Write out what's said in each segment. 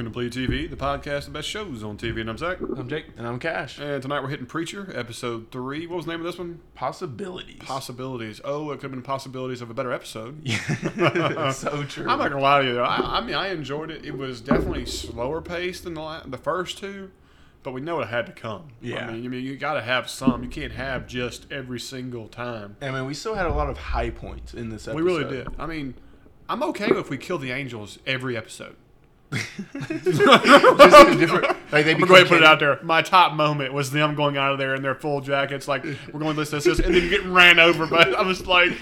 Play TV, the podcast, the best shows on TV. And I'm Zach. I'm Jake. And I'm Cash. And tonight we're hitting Preacher, episode three. What was the name of this one? Possibilities. Possibilities. Oh, it could have been possibilities of a better episode. It's so true. I'm not gonna lie to you. though. I, I mean, I enjoyed it. It was definitely slower paced than the, la- the first two, but we know it had to come. Yeah. I mean, I mean, you got to have some. You can't have just every single time. I mean, we still had a lot of high points in this We episode. really did. I mean, I'm okay if we kill the angels every episode. Just in a different, like they I'm become going to put it candy- out there. My top moment was them going out of there in their full jackets, like we're going this, this, this, and then getting ran over. But I was like,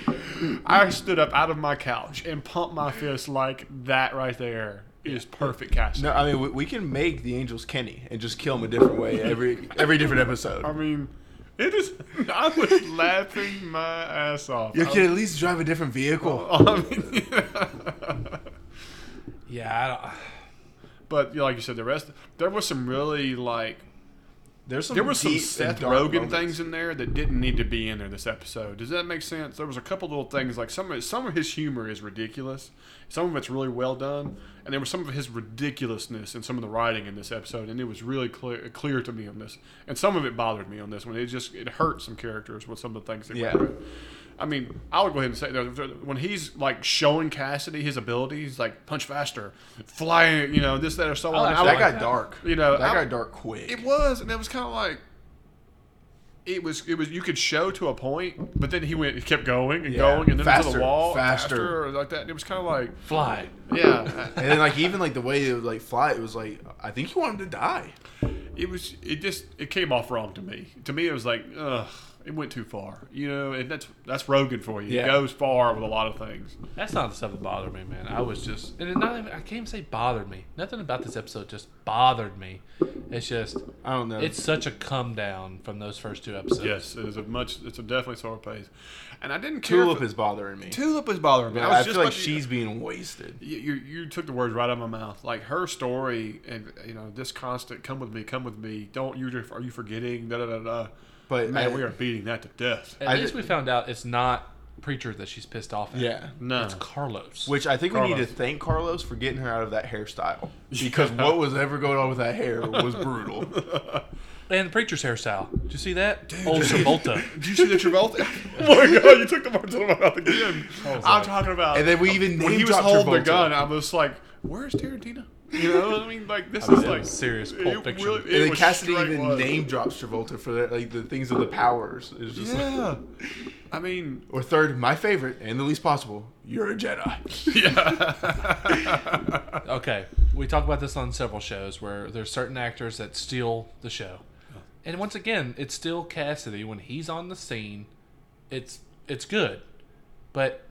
I stood up out of my couch and pumped my fist like that right there is perfect casting. No, I mean, we, we can make the angels Kenny and just kill them a different way every every different episode. I mean, it is. I was laughing my ass off. you can at least drive a different vehicle. I mean, Yeah, I don't, but you know, like you said, the rest there was some really like There's some there was some deep and Seth dark Rogen moments. things in there that didn't need to be in there this episode. Does that make sense? There was a couple little things like some of some of his humor is ridiculous, some of it's really well done, and there was some of his ridiculousness in some of the writing in this episode, and it was really clear clear to me on this, and some of it bothered me on this one. It just it hurt some characters with some of the things. That Yeah. Went through. I mean, I would go ahead and say that that when he's like showing Cassidy his abilities, like punch faster, flying, you know, this, that, or so on. I Oh, that would- got dark. You know, that I- got dark quick. it was, and it was kind of like it was. It was you could show to a point, but then he went, he kept going and Yeah. going, and then to Faster, the wall, faster. or like that. And it was kind of like, fly. yeah, and then, like even like the way it would like fly, it was like I think you want him to die. it was. It just it came off wrong to me. To me, it was like, ugh, it went too far. You know, and that's that's Rogan for you. It Yeah. goes far with a lot of things. That's not the stuff that bothered me, man. I was just, and it not even, I can't even say bothered me. Nothing about this episode just bothered me. It's just, I don't know. it's such a come down from those first two episodes. Yes, it is a much. It's a definitely slower pace, and I didn't care. Tulip for- is bothering me. Tulip was bothering me. I, I was feel just like about to- she's being wasted. you, you you took the words right out of my mouth. Like her story, and you know this constant "come with me, come with me." Don't you are you forgetting? Da da da da. But Man, I- we are beating that to death. At I least did- we found out it's not Preacher that she's pissed off at. Yeah. Uh-huh. No, It's Carlos. Which I think we need Carlos. to thank Carlos for getting her out of that hairstyle because what was ever going on with that hair was brutal. and Preacher's hairstyle. Did you see that? Old Travolta. did you see the Travolta? oh my god, you took the words out of my mouth again. I'm like- talking about. And then we even when he name was dropped holding the Travolta. gun, I was like, "Where's Tarantino?" You know, what I mean, like this is mean, like serious Pulp Fiction. really- and then was Cassidy straight even was. name drops Travolta for that, like the things of the powers. It's just like- Yeah, I mean, or third, my favorite and the least possible. You're a Jedi. yeah. Okay, we talk about this on several shows where there's certain actors that steal the show, and once again, it's still Cassidy when he's on the scene. It's it's good, but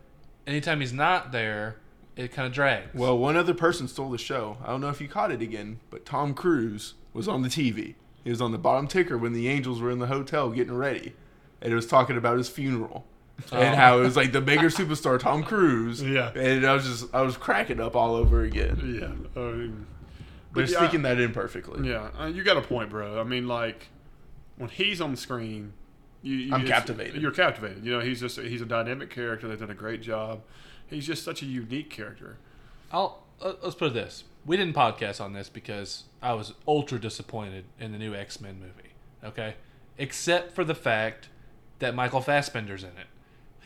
anytime he's not there, it kind of drags. Well, one other person stole the show. I don't know if you caught it again, but Tom Cruise was on the TV. He was on the bottom ticker when the Angels were in the hotel getting ready, and it was talking about his funeral. And Oh. how it was like the bigger superstar Tom Cruise, Yeah. And I was just I was cracking up all over again. yeah. I mean, They're But yeah, sneaking that in perfectly. Yeah, uh, you got a point, bro. I mean, like when he's on the screen, you, you I'm just- captivated. You're captivated. You know, he's just he's a dynamic character. They've done a great job. He's just such a unique character. I'll uh, let's put it this: we didn't podcast on this because I was ultra disappointed in the new X Men movie. Okay, except for the fact that Michael Fassbender's in it,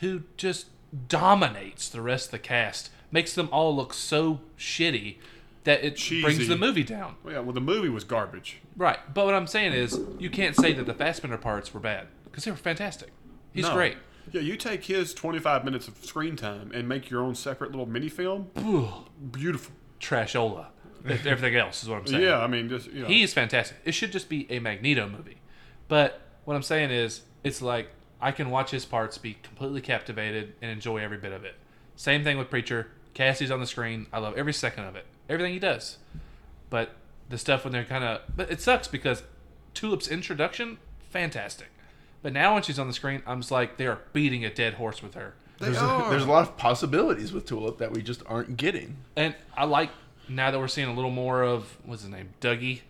who just dominates the rest of the cast, makes them all look so shitty that it Cheesy. brings the movie down. Well, yeah. Well, the movie was garbage. Right, but what I'm saying is, you can't say that the Fassbender parts were bad because they were fantastic. He's No. great. Yeah, you take his 25 minutes of screen time and make your own separate little mini film. Beautiful. Trashola. If everything else is what I'm saying. Yeah, I mean, just you know, He is fantastic. It should just be a Magneto movie. But what I'm saying is, it's like I can watch his parts, be completely captivated, and enjoy every bit of it. Same thing with Preacher. Cassie's on the screen. I love every second of it. Everything he does. But the stuff when they're kind of. But it sucks because Tulip's introduction, fantastic. But now when she's on the screen, I'm just like, they are beating a dead horse with her. they There's a, are. there's a lot of possibilities with Tulip that we just aren't getting. And I like now that we're seeing a little more of, what's his name? Dougie.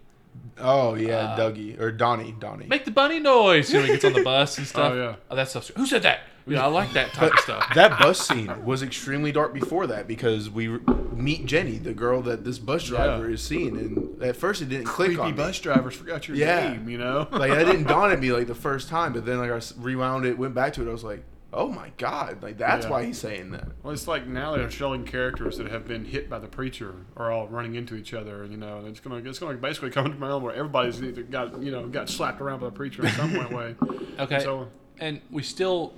Oh yeah, Uh, Dougie or Donnie, Donnie. Make the bunny noise. You know, he gets on the bus and stuff. Oh, yeah. that stuff. Who said that? Yeah, I like that type of stuff. that bus scene was extremely dark before that because we meet Jenny, the girl that this bus driver Yeah. is seeing, and at first it didn't click Creepy on me. bus drivers forgot your Yeah. name, you know? Like that didn't dawn at me like the first time, but then like I s- rewound it, went back to it, I was like, oh my god, like that's Yeah. why he's saying that. Well, it's like now they're showing characters that have been hit by the preacher are all running into each other, you know, and it's gonna it's gonna basically come to my own where everybody's either got you know got slapped around by the preacher in some way. Okay. So and we still,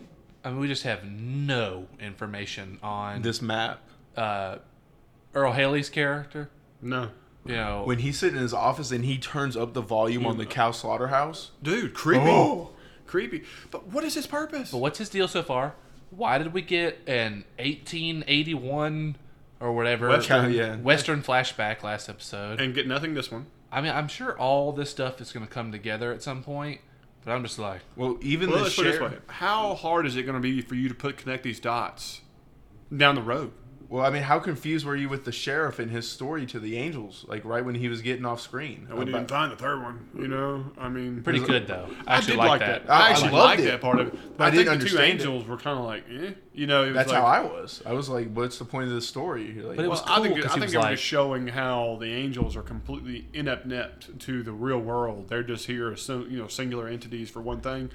I mean, we just have no information on This map. uh, Earl Haley's character. no, You know, When he's sitting in his office and he turns up the volume on the cow slaughterhouse, dude, creepy, Oh. creepy. But what is his purpose? But what's his deal so far? Why did we get an 1881 or whatever Western. Yeah. Western flashback last episode? and get nothing this one. I mean, I'm sure all this stuff is going to come together at some point, but I'm just like, well, even Well, the let's put it this sheriff. way: How hard is it going to be for you to put connect these dots down the road? Well, I mean, how confused were you with the sheriff and his story to the angels? Like right when he was getting off screen. And we didn't About- find the third one, you know. I mean, pretty Is it- good though. I I, actually did like, like that. that. I I actually liked liked it. that part of it. But I I, didn't think the two understand it. angels were kind of like, eh, you know, it was That's like, how I was. I was like, what's the point of this story? You're like, But it was Well, I think, cool 'cause I he think was they were like- just showing how the angels are completely inept to the real world. They're just here as some, you know singular entities for one thing.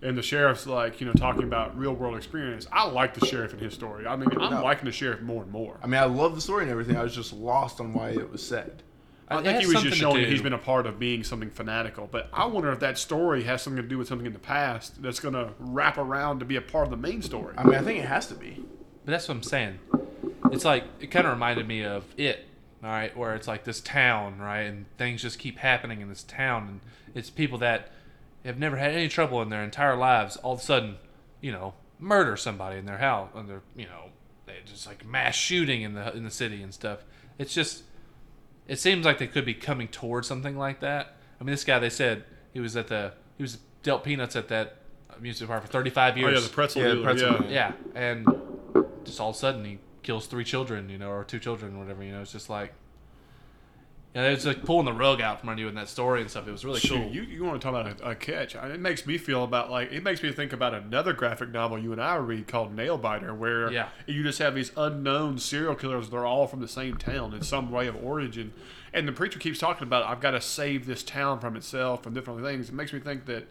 And the sheriff's like, you know, talking about real world experience. I like the sheriff and his story. I mean, I'm No. liking the sheriff more and more. I mean, I love the story and everything. I was just lost on why it was said. I It think has he was something just to showing that do. he's been a part of being something fanatical. But I wonder if that story has something to do with something in the past that's going to wrap around to be a part of the main story. I mean, I think it has to be. But that's what I'm saying. It's like it kind of reminded me of it, all right, where it's like this town, right, and things just keep happening in this town, and it's people that have never had any trouble in their entire lives. All of a sudden, you know, murder somebody in their house, and they're you know, they just like mass shooting in the in the city and stuff. It's just, it seems like they could be coming towards something like that. I mean, this guy, they said he was at the he was dealt peanuts at that amusement park for 35 oh, years. yeah, the pretzel Yeah, the dealer. pretzel yeah. man. Yeah, and just all of a sudden he kills three children, you know, or two children, or whatever. You know, it's just like, you know, it's like pulling the rug out from under you in that story and stuff. It was really Shoot, cool. you, you want to talk about a, a catch? I- It makes me feel about like it makes me think about another graphic novel you and I read called Nailbiter, where Yeah. you just have these unknown serial killers. They're all from the same town in some way of origin, and the preacher keeps talking about I've got to save this town from itself and different things. It makes me think that.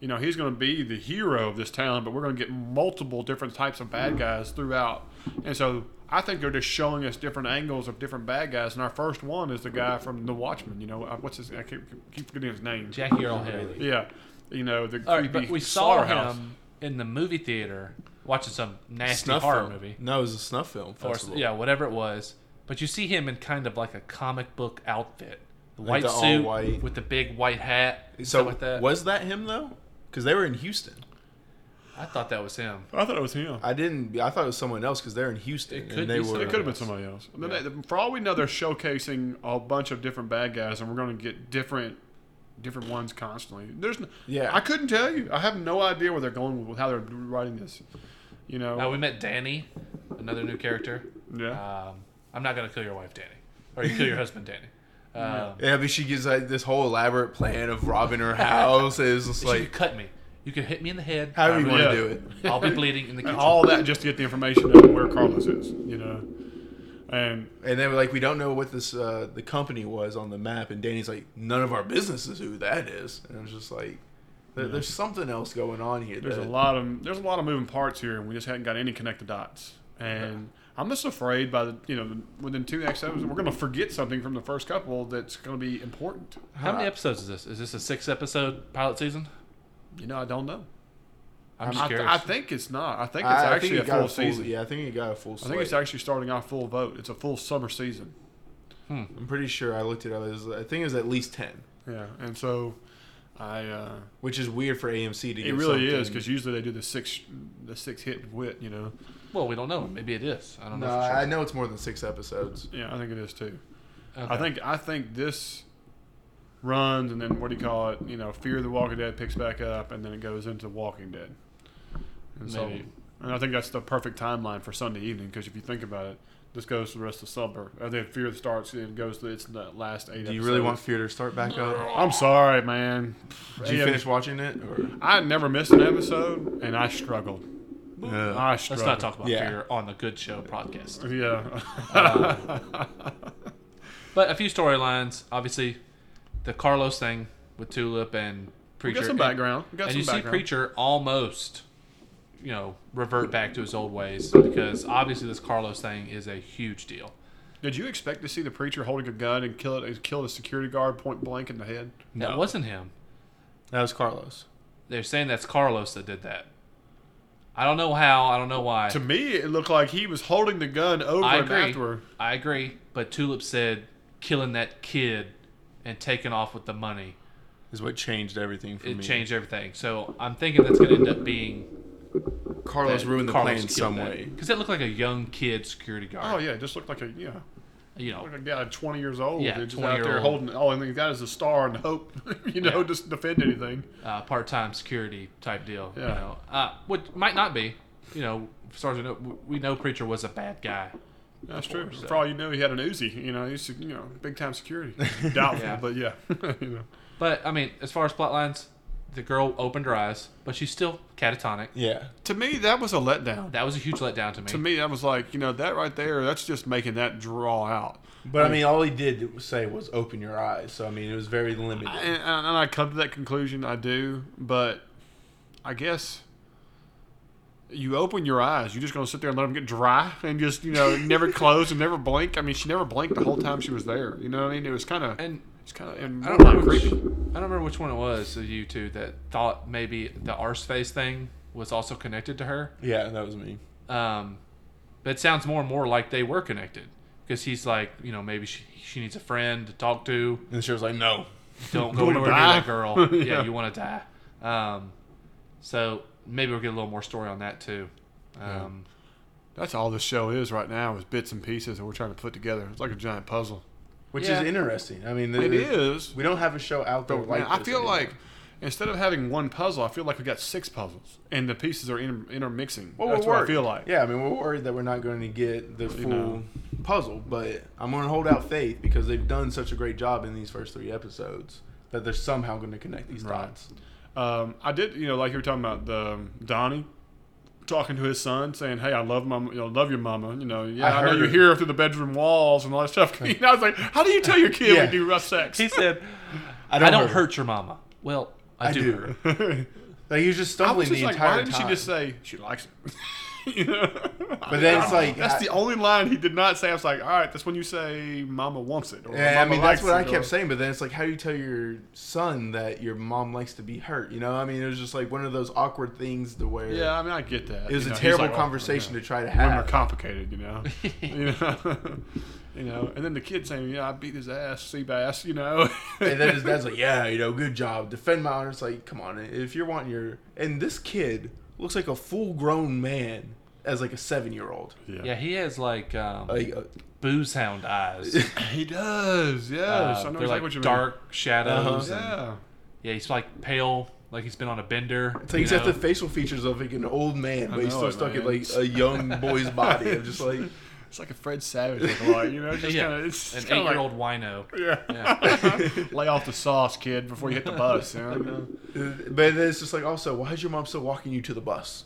You know, he's going to be the hero of this town, but we're going to get multiple different types of bad guys throughout. And so I think they're just showing us different angles of different bad guys. And our first one is the guy from The Watchmen. You know, uh, what's his? I keep, keep forgetting his name. Jackie Earl Haley. Yeah, you know the All right, creepy but we saw slaughterhouse. him in the movie theater watching some nasty Snuff horror film. movie, No, it was a snuff film or festival. yeah, whatever it was. But you see him in kind of like a comic book outfit, the Like white the all suit white. with the big white hat, and So stuff like that. was that him though? Because they were in Houston. I thought that was him. I thought it was him. I didn't. I thought it was someone else because they're in Houston. It and could they be were, it someone could have been somebody else. I mean, they- For all we know, they're showcasing a bunch of different bad guys, and we're going to get different, different ones constantly. There's, n- Yeah. I couldn't tell you. I have no idea where they're going with how they're writing this. You know, Now we met Danny, another new character. yeah. Um, I'm not gonna kill your wife, Danny, or you kill your husband, Danny. Um, Yeah, but she gives like this whole elaborate plan of robbing her house. It's just so you could like cut me. You could hit me in the head. however you want Yeah. to do it. I'll be bleeding in the And kitchen. all that just to get the information of where Carlos is. You know, and And then like we don't know what this uh, the company was on the map, and Danny's like, none of our business is who that is. And I was just like, there, there's something else going on here. There's a that- lot of there's a lot of moving parts here, and we just haven't got any connected dots. And I'm just afraid by the you know within two next episodes we're gonna forget something from the first couple that's gonna be important. How many episodes is this? Is this a six episode pilot season? You know, I don't know. I'm just I, th- curious. I think it's not. I think it's I, I actually think it a got full season. Yeah, I think it got a full. I think it's slate. actually starting off full vote. It's a full summer season. Hmm. I'm pretty sure I looked it up. It was, I think it was at least ten, Yeah, and so I uh, which is weird for AMC to. it give really something. is because usually they do the six the six hit wit. You know. well, we don't know. Maybe it is. I don't No, know. for sure. I know it's more than six episodes. Yeah, I think it is too. Okay. I think I think this runs and then what do you call it? You know, Fear the Walking Dead picks back up and then it goes into Walking Dead. And so, Maybe. and I think that's the perfect timeline for Sunday evening because if you think about it, This goes to the rest of summer, and then Fear starts and goes to its the last eight. Do you really want Fear to start back up? I'm sorry, man. Did you Yeah, finish watching it? Or? I never missed an episode, and I struggled. Ugh. I Uh, Let's struggled. not talk Uh, about Yeah. fear on the Good Show podcast. Yeah. But a few storylines. Obviously, the Carlos thing with Tulip and we Preacher. got some And- background. We got and some you see background. Preacher almost, you know, revert back to his old ways because obviously this Carlos thing is a huge deal. Did you expect to see the preacher holding a gun and kill it? Kill the security guard point blank in the head. That No. wasn't him. That was Carlos. They're saying that's Carlos that did that. I don't know how. I don't know why. To me, it looked like he was holding the gun over I him agree. afterward. I agree. But Tulip said killing that kid and taking off with the money Is what changed everything for it me. changed everything. So I'm thinking that's going to end up being Carlos ruined the plan in some way. because it looked like a young kid security Oh guard. yeah, it just looked like a yeah, Oh, You know, like a guy twenty years old. Yeah, just 20 out year there old. holding. All and the guy is a star and hope you know Yeah. just defend anything. uh, part-time security type deal. You Yeah. know, uh, which might not be. You know, Sergeant, we know Preacher was a bad guy. That's true. course, For all you know, he had an Uzi. You know, he's you know big time security. Doubtful, Yeah. but yeah, you know. But I mean, as far as plot lines, the girl opened her eyes, but she's still catatonic. Yeah. To me, that was a letdown. That was a huge letdown to me. To me, that was like you know that right there. That's just making that draw out. But I mean, all he did say was open your eyes. So I mean, it was very limited. and, and and I come to that conclusion. I do, but I guess you open your eyes. You're just gonna sit there and let them get dry and just you know never close and never blink. I mean, she never blinked the whole time she was there. You know what I mean? It was kind of and it's kind of and I don't more remember which, I creepy. don't remember which one it was of you two that thought maybe the arse face thing was also connected to her. yeah, that was me. Um, but it sounds more and more like they were connected because he's like, you know, maybe she, she needs a friend to talk to. And she was like, no. Don't You go wanna anywhere near that die? girl. yeah. Yeah. you want to die. Um, so maybe we'll get a little more story on that too. Um, That's all this show is right now is bits and pieces that we're trying to put together. It's like a giant puzzle. Which Yeah. is interesting. I mean, It the- is. We don't have a show out there Man, like I this feel anymore. like instead of having one puzzle, I feel like we got six puzzles and the pieces are inter- intermixing. Well, That's we're what I worried. feel like. Yeah, I mean, we're worried that we're not going to get the full know. puzzle, but I'm going to hold out faith because they've done such a great job in these first three episodes that they're somehow going to connect these Right. dots. Um, I did, you know, like you were talking about the um, Donnie talking to his son, saying, "Hey, I love mama. You know, love your mama. You know, yeah, I, I know heard you it. hear her through the bedroom walls and all that stuff." You know, I was like, "How do you tell your kid Yeah. we do rough sex?" he said, I "I don't hurt. hurt your mama." Well, I, I do. do. Hurt. Like he was just I was stumbling just the like, entire "Why didn't time. she just say she likes it?" you know? But then it's like, that's I- the only line he did not say. I was like, "All right, that's when you say Mama wants it." Or, yeah, I "Mama mean likes that's what I it," or- kept saying, but then it's like, how do you tell your son that your mom likes to be hurt? You know, I mean, it was just like one of those awkward things to where Yeah, I mean, I get that. it was You a know, he's terrible like, "Oh, conversation yeah." to try to women are have. complicated, you know. you know, you know, and then the kid saying, "Yeah, I beat his ass, sea bass," you know. and then his dad's like, "Yeah, you know, good job, defend my honor." It's like, come on, if you're wanting your and this kid looks like a full grown man as like a seven year old. Yeah, he has like um, Like, uh, booze hound eyes. he does. Yes, Uh, I know they're exactly like what you dark shadows. Uh-huh. mean. and- Yeah, yeah, he's like pale, like he's been on a bender. it's like you he's got know? the facial features of like an old man, but he's know still it, stuck in man. like a young boy's body. I'm just like, uh, it's like a Fred Savage looking like, you know, just yeah, kind of it's an just kinda like, eight-year-old wino. Yeah, lay off the sauce, kid, before you hit the bus. You know? but then it's just like, also, why is your mom still walking you to the bus?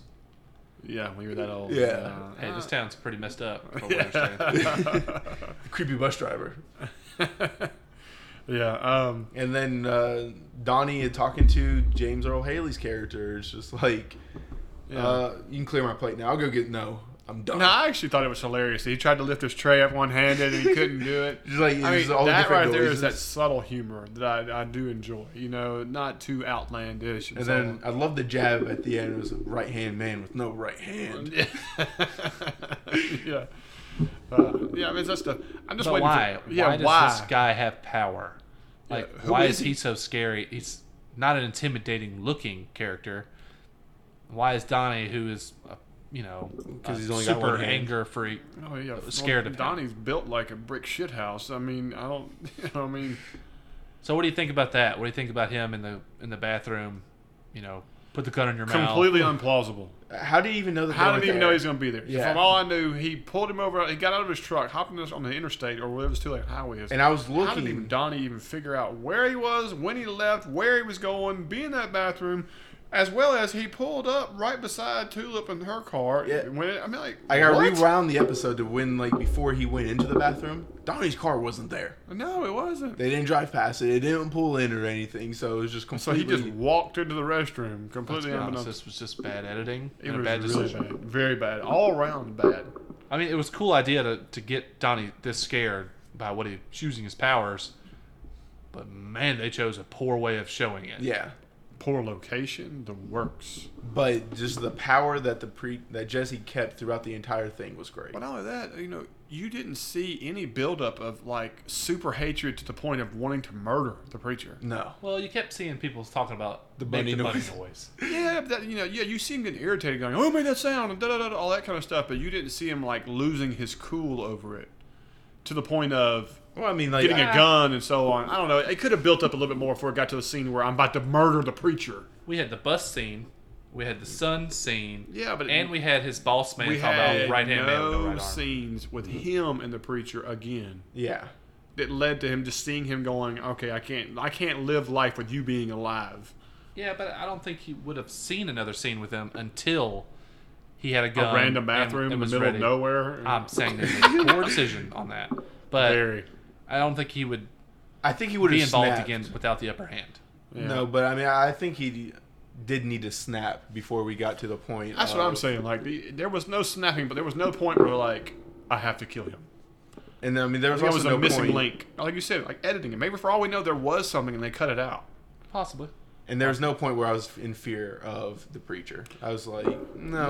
Yeah, when you were that old. Yeah. Hey, this town's pretty messed up. From what I understand. yeah. creepy bus driver. yeah. Um, And then uh, Donnie had talking to James Earl Haley's character. It's just like, yeah. uh, you can clear my plate now. I'll go get no. I'm done. No, I actually thought it was hilarious. He tried to lift his tray up one handed and he couldn't do it. Just like- I mean, just all the that different right there is noises. that subtle humor that I, I do enjoy. You know, not too outlandish. And then I love the jab at the end. It was a right hand man with no right hand. then, yeah, uh, yeah. I mean, that's the. I'm just But waiting. why? For, yeah, why why? does this guy have power? Like, who why is is he? so scary? He's not an intimidating-looking character. Why is Donnie, who is, uh, you know, 'Cause a he's only got super one hand. anger freak? Oh yeah, scared of him. Donnie's built like a brick shit house. I mean, I don't. You know, I mean, So, what do you think about that? What do you think about him in the in the bathroom? You know, put the gun in your mouth. Completely unplausible. How do you even know that? How they did were he even there? know he's going to be there? Yeah. From all I knew, he pulled him over. He got out of his truck, hopped in this- on the interstate or whatever the two lane highway is. And I was How did even looking. Donnie even figure out where he was, when he left, where he was going, be in that bathroom, as well as he pulled up right beside Tulip and her car? Yeah. When it, I mean, like, I gotta what? rewound the episode to when, like, before he went into the bathroom, Donnie's car wasn't there. No, it wasn't. They didn't drive past it. It didn't pull in or anything, so it was just so he completely. just walked into the restroom Let's completely be honest, unbeknownst. this was just bad editing It and a was bad really decision. bad. Very bad. All around bad. I mean, it was a cool idea to, to get Donnie this scared by what he choosing his powers, but man, they chose a poor way of showing it. yeah, Poor location, the works. but just the power that the pre that Jesse kept throughout the entire thing was great. But not only that, you know, you didn't see any buildup of like super hatred to the point of wanting to murder the preacher. No, Well, you kept seeing people talking about The make bunny the noise. bunny noise. Yeah, but that you know, yeah, you see him getting irritated, going, "Oh, made that sound," and da da da, all that kind of stuff. But you didn't see him like losing his cool over it to the point of well, I mean, like, getting a I- gun and so on. I don't know. It could have built up a little bit more before it got to a scene where I'm about to murder the preacher. We had the bus scene, we had the sun scene, Yeah, but it- and we had his boss man We talking had about right hand man with no no right arm. scenes with him and the preacher again yeah, that led to him just seeing him going, "Okay, I can't, I can't live life with you being alive." Yeah, but I don't think he would have seen another scene with him until he had a a gun, random Um, and- bathroom and in the was middle ready. of nowhere. Uh, I'm saying this is a poor decision on that, but Very. I don't think he would I think he would have be involved snapped. again without the upper hand. Yeah. No, but I mean, I think he did need to snap before we got to the point. That's what I'm of- saying. Like the, there was no snapping, but there was no point where like I have to kill him. And then, I mean, there I was think It also was no a missing point- link. Like you said, like editing it. Maybe for all we know, there was something and they cut it out. Possibly. And there was no point where I was in fear of the preacher. I was like, no.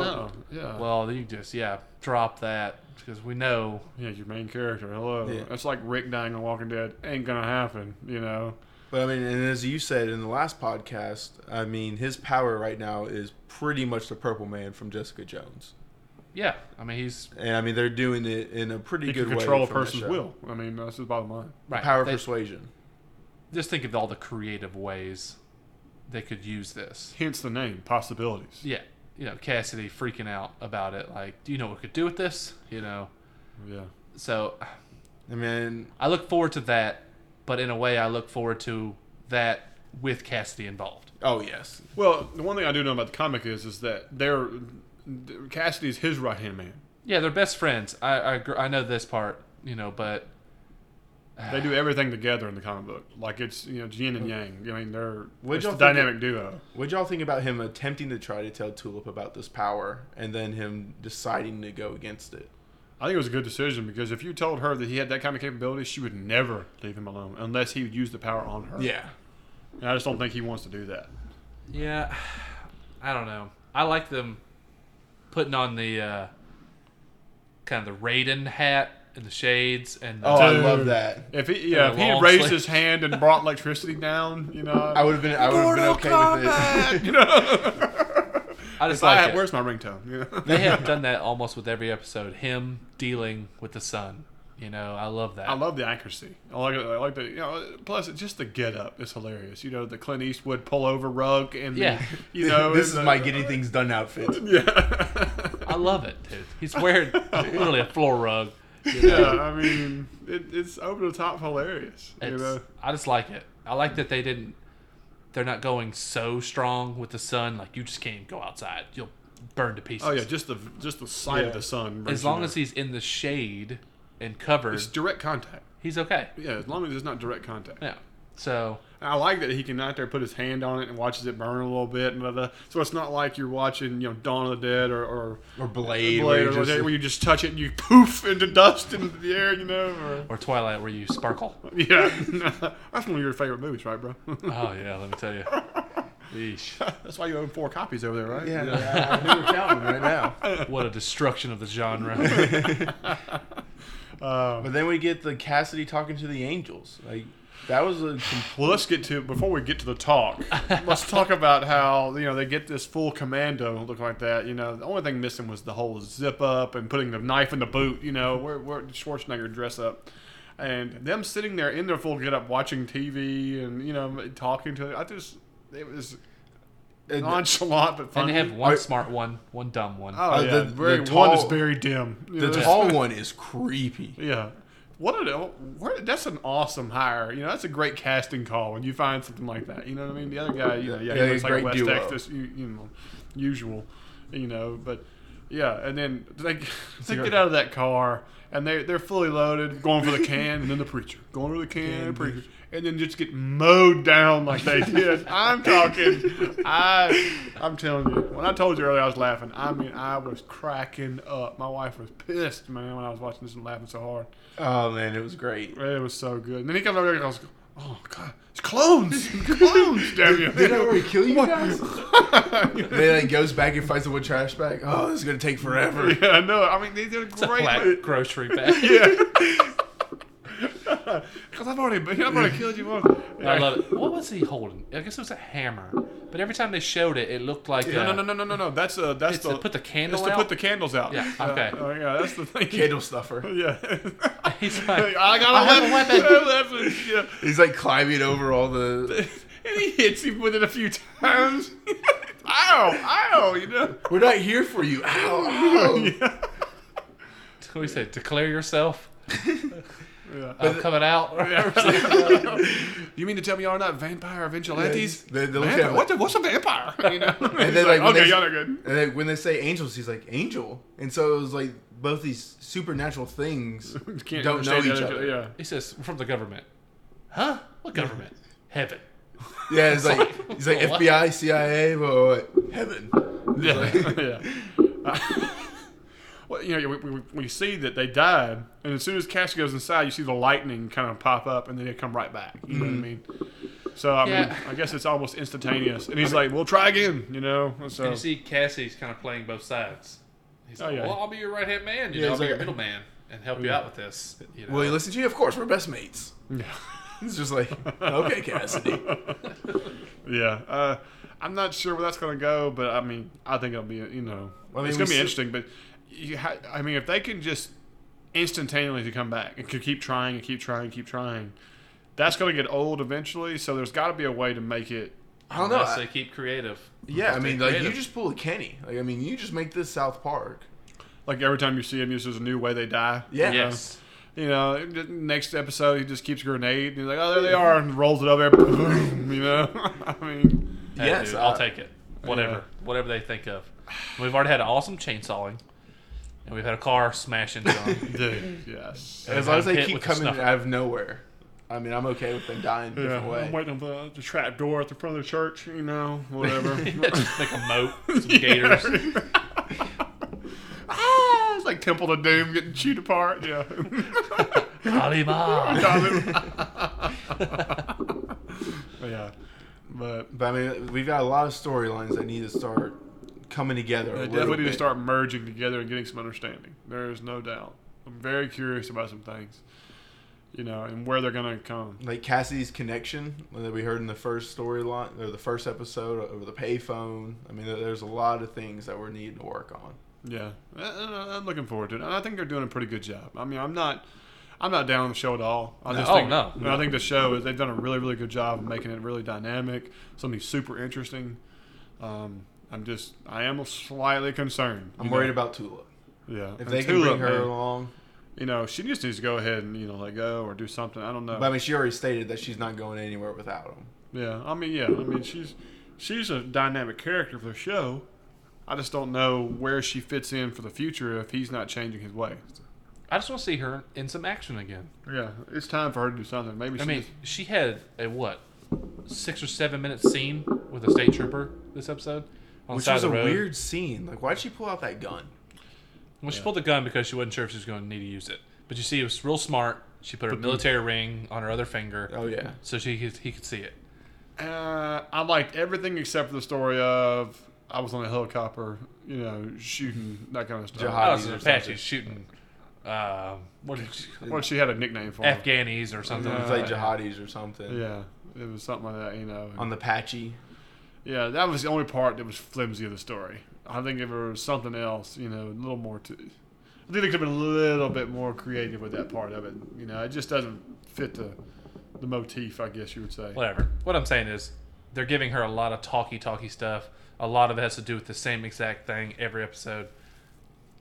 No, Oh, yeah, Well, you just yeah drop that because we know yeah. Your main character. Hello. Yeah. That's like Rick dying on Walking Dead. Ain't gonna happen. You know. But I mean, and as you said in the last podcast, I mean, his power right now is pretty much the Purple Man from Jessica Jones. yeah. I mean he's And I mean, they're doing it in a pretty You good can control way. a from the person's show. will. I mean, that's the bottom line. The right. power of They- persuasion. just think of all the creative ways they could use this. Hence the name, possibilities. Yeah, you know Cassidy freaking out about it. Like, do you know what we could do with this? You know, Yeah. so I mean, I look forward to that, but in a way, I look forward to that with Cassidy involved. oh yes, Well, the one thing I do know about the comic is is that they're Cassidy's his right hand man. Yeah, they're best friends. I I, gr- I know this part, you know, but They do everything together in the comic book. Like it's you know yin and yang. I mean they're it's What'd y'all the think dynamic duo. What y'all think about him attempting to try to tell Tulip about this power and then him deciding to go against it? I think it was a good decision because if you told her that he had that kind of capability, she would never leave him alone unless he would use the power on her. Yeah. And I just don't think he wants to do that. yeah, I don't know. I like them putting on the uh, kind of the Raiden hat and the shades and the, Oh, I Dude. love that. If he yeah, And if the he had long raised sleeve. his hand and brought electricity down, you know, I would have been. I would have been okay with it. you know. I just So I like had, it. where's my ringtone? You know? they have done that almost with every episode. Him dealing with the sun. You know, I love that. I love the accuracy. I like it. I like the you know. Plus, it's just the get up is hilarious. You know, the Clint Eastwood pullover rug and Yeah. the, you know, this is and the- my getting things done outfit. Yeah. I love it, dude. He's wearing literally a floor rug. yeah, I mean, it, it's over the top hilarious. you It's, know? I just like it. I like that they didn't. They're not going so strong with the sun. Like you just can't go outside. You'll burn to pieces. Oh yeah, just the just the sight Yeah. of the sun. brings as you long down. as he's in the shade and covered, it's direct contact. he's okay. Yeah, as long as it's not direct contact. Yeah. So And I like that he can out there put his hand on it and watches it burn a little bit, and blah, blah. so it's not like you're watching, you know, Dawn of the Dead or, or Or Blade blade. where or you whatever, just- where you just touch it and you poof into dust into the air, you know. Or, or Twilight where you sparkle. yeah, that's one of your favorite movies, right, bro? oh yeah, let me tell you. Yeesh. that's why you own four copies over there, right? yeah, yeah. I, I knew we're counting right now. What a destruction of the genre. Um, But then we get the Cassidy talking to the angels. Like that was a. com- Well, let's get to before we get to the talk. let's talk about how you know they get this full commando look like that. You know, the only thing missing was the whole zip up and putting the knife in the boot. You know, where where did Schwarzenegger dress up, and them sitting there in their full get up watching TV and you know talking to. I just it was and- nonchalant but And funny. they have one Are- smart one, one dumb one. oh, uh, yeah, the- very, the one is tall- very dim. You the know, tall one is creepy. Yeah. What an where, that's an awesome hire. You know, that's a great casting call when you find something like that. You know what I mean? The other guy, you know, yeah, Yeah, he looks like a great West duo. Texas, you, you know, usual, you know. But yeah, and then they they Zero. get out of that car and they they're fully loaded, going for the can, and then the preacher going for the can, and preacher, and then just get mowed down like they did. I'm talking, I I'm telling you. When I told you earlier, I was laughing. I mean, I was cracking up. My wife was pissed, man, when I was watching this and laughing so hard. Oh man, it was great. It was so good. And then he comes over there and goes, "Oh God, it's clones, clones, damn you!" Did I already kill you guys? then he goes back and fights the wood trash bag. Oh, this is gonna take forever. yeah, I know. I mean, they did a It's a great. black with- grocery bag. yeah. Because I've already, been- I've already killed you once. I love it. What was he holding? I guess it was a hammer. But every time they showed it, it looked like No, uh, no, no, no, no, no, no. That's uh, that's It's the to put the candle It's to out? put the candles out. Yeah, Uh, okay. oh yeah, that's the thing. Candle stuffer. Yeah. He's like, I got I have a a weapon. yeah. He's like climbing over all the. And he hits him with it a few times. ow, ow, you know. We're not here for you. Ow, ow. Yeah. What he said, declare yourself. Yeah. I'm coming out. you mean to tell me y'all are not vampire vigilantes? They- they look Vampire? at it What's, a, what's a vampire? You know? And then, like, when okay, they- y'all are good. And then when they say angels, he's like angel, and so it was like both these supernatural things Can't don't know understand each the other- other. Yeah, Yeah. He says, from the government. Huh? What government? Heaven. it's like he's like What? FBI, CIA, but heaven. Yeah. yeah. well, you know, we, we, we see that they died, and as soon as Cassie goes inside, you see the lightning kind of pop up, and then they come right back. You know what I mean? So I mean, Yeah. I guess it's almost instantaneous. And he's like, "We'll try again," you know. and So And you see Cassie's kind of playing both sides. He's Oh, like, yeah. well, I'll be your right hand man. You Yeah, know, I'll he's be like- your middleman and help you out with this. You know? Will he listen to you? Of course, we're best mates. yeah, It's just like okay, Cassidy. yeah. Uh, I'm not sure where that's going to go, but I mean, I think it'll be you know, Well, I mean, it's we going to be see- interesting. But you ha- I mean, if they can just instantaneously come back and could keep trying and keep trying and keep trying, that's going to get old eventually. So there's got to be a way to make it. I don't know. Unless I- they keep creative. yeah, I mean, Stay like you creative. just pull a Kenny. Like I mean, you just make this South Park. Like every time you see him, there's a new way they die. Yeah. Yes. You know, next episode he just keeps a grenade and he's like, "Oh, there they are," and rolls it over. Boom. You know, I mean, Hey, yes, dude, I'll I- take it. Whatever. Whatever they think of. We've already had an awesome chainsawing. And we've had a car smash into them. dude, yes. As long as I'm they hit keep with the coming snuffer. out of nowhere, I mean, I'm okay with them dying a different I'm way. waiting for the, the trap door at the front of the church, you know, whatever. just like a moat, some gators. ah, it's like Temple of Doom getting chewed apart. Yeah. Kalima. yeah. But But I mean, we've got a lot of storylines that need to start coming together. they a little definitely need to bit. start merging together and getting some understanding. There is no doubt. I'm very curious about some things, you know, and where they're going to come. like Cassidy's connection that we heard in the first storyline or the first episode over the payphone. I mean, there- there's a lot of things that we're needing to work on. Yeah, I- I- I'm looking forward to it, and I think they're doing a pretty good job. I mean, I'm not, I'm not down on the show at all. I just Oh, think, no. I think the show is they've done a really, really good job of making it really dynamic, something super interesting. Um, I'm just, I am slightly concerned. I'm you worried know. about Tulip. yeah. If And they can Tulip, bring her man, along, you know, she just needs to go ahead and you know let go or do something. I don't know. but I mean, she already stated that she's not going anywhere without him. yeah, I mean, yeah, I mean, she's she's a dynamic character for the show. I just don't know where she fits in for the future if he's not changing his ways. I just want to see her in some action again. Yeah, it's time for her to do something. Maybe she I mean, just- she had a what, six or seven minute scene with a state trooper this episode on Which the side was of a the road. weird scene. Like, why'd she pull out that gun? Well, she pulled the gun because she wasn't sure if she was going to need to use it. But you see, it was real smart. She put her military ring on her other finger, Oh yeah, so she could, he could see it. Uh, I liked everything except for the story of I was on a helicopter, you know, shooting that kind of stuff. Jihad. Oh, Hobbies it's an or something. Apache shooting. Um, what did she, Well, she had a nickname for it. Afghanis or something? Yeah. it's like jihadis or something Yeah, it was something like that, you know. on the patchy. yeah, that was the only part that was flimsy of the story. I think if there was something else, you know, a little more to. I think they could have been a little bit more creative with that part of it. You know, it just doesn't fit the the motif, I guess you would say. Whatever. What I'm saying is, they're giving her a lot of talky talky stuff. A lot of it has to do with the same exact thing every episode.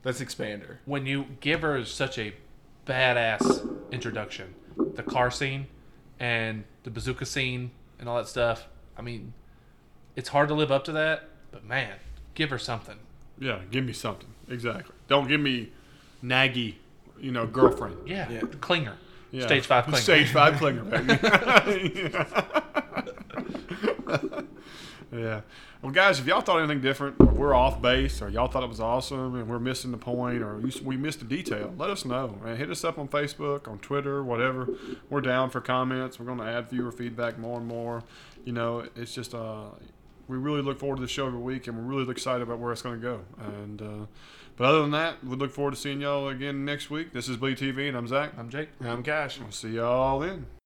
Let's expand her. When you give her such a badass introduction, the car scene and the bazooka scene and all that stuff. I mean, it's hard to live up to that, but man, give her something. Yeah, give me something. Exactly. Don't give me naggy, you know, girlfriend. Yeah, Yeah. clinger. Yeah. Stage five clinger. Stage five clinger. baby. yeah. Well, guys, if y'all thought anything different, or we're off base, or y'all thought it was awesome, and we're missing the point, or you, we missed a detail, let us know. Man, hit us up on Facebook, on Twitter, whatever. We're down for comments. We're going to add viewer feedback more and more. You know, it's just uh, we really look forward to the show every week, and we're really excited about where it's going to go. And uh, but other than that, we look forward to seeing y'all again next week. This is Bleed TV, and I'm Zach. I'm Jake. I'm Cash. We'll see y'all then.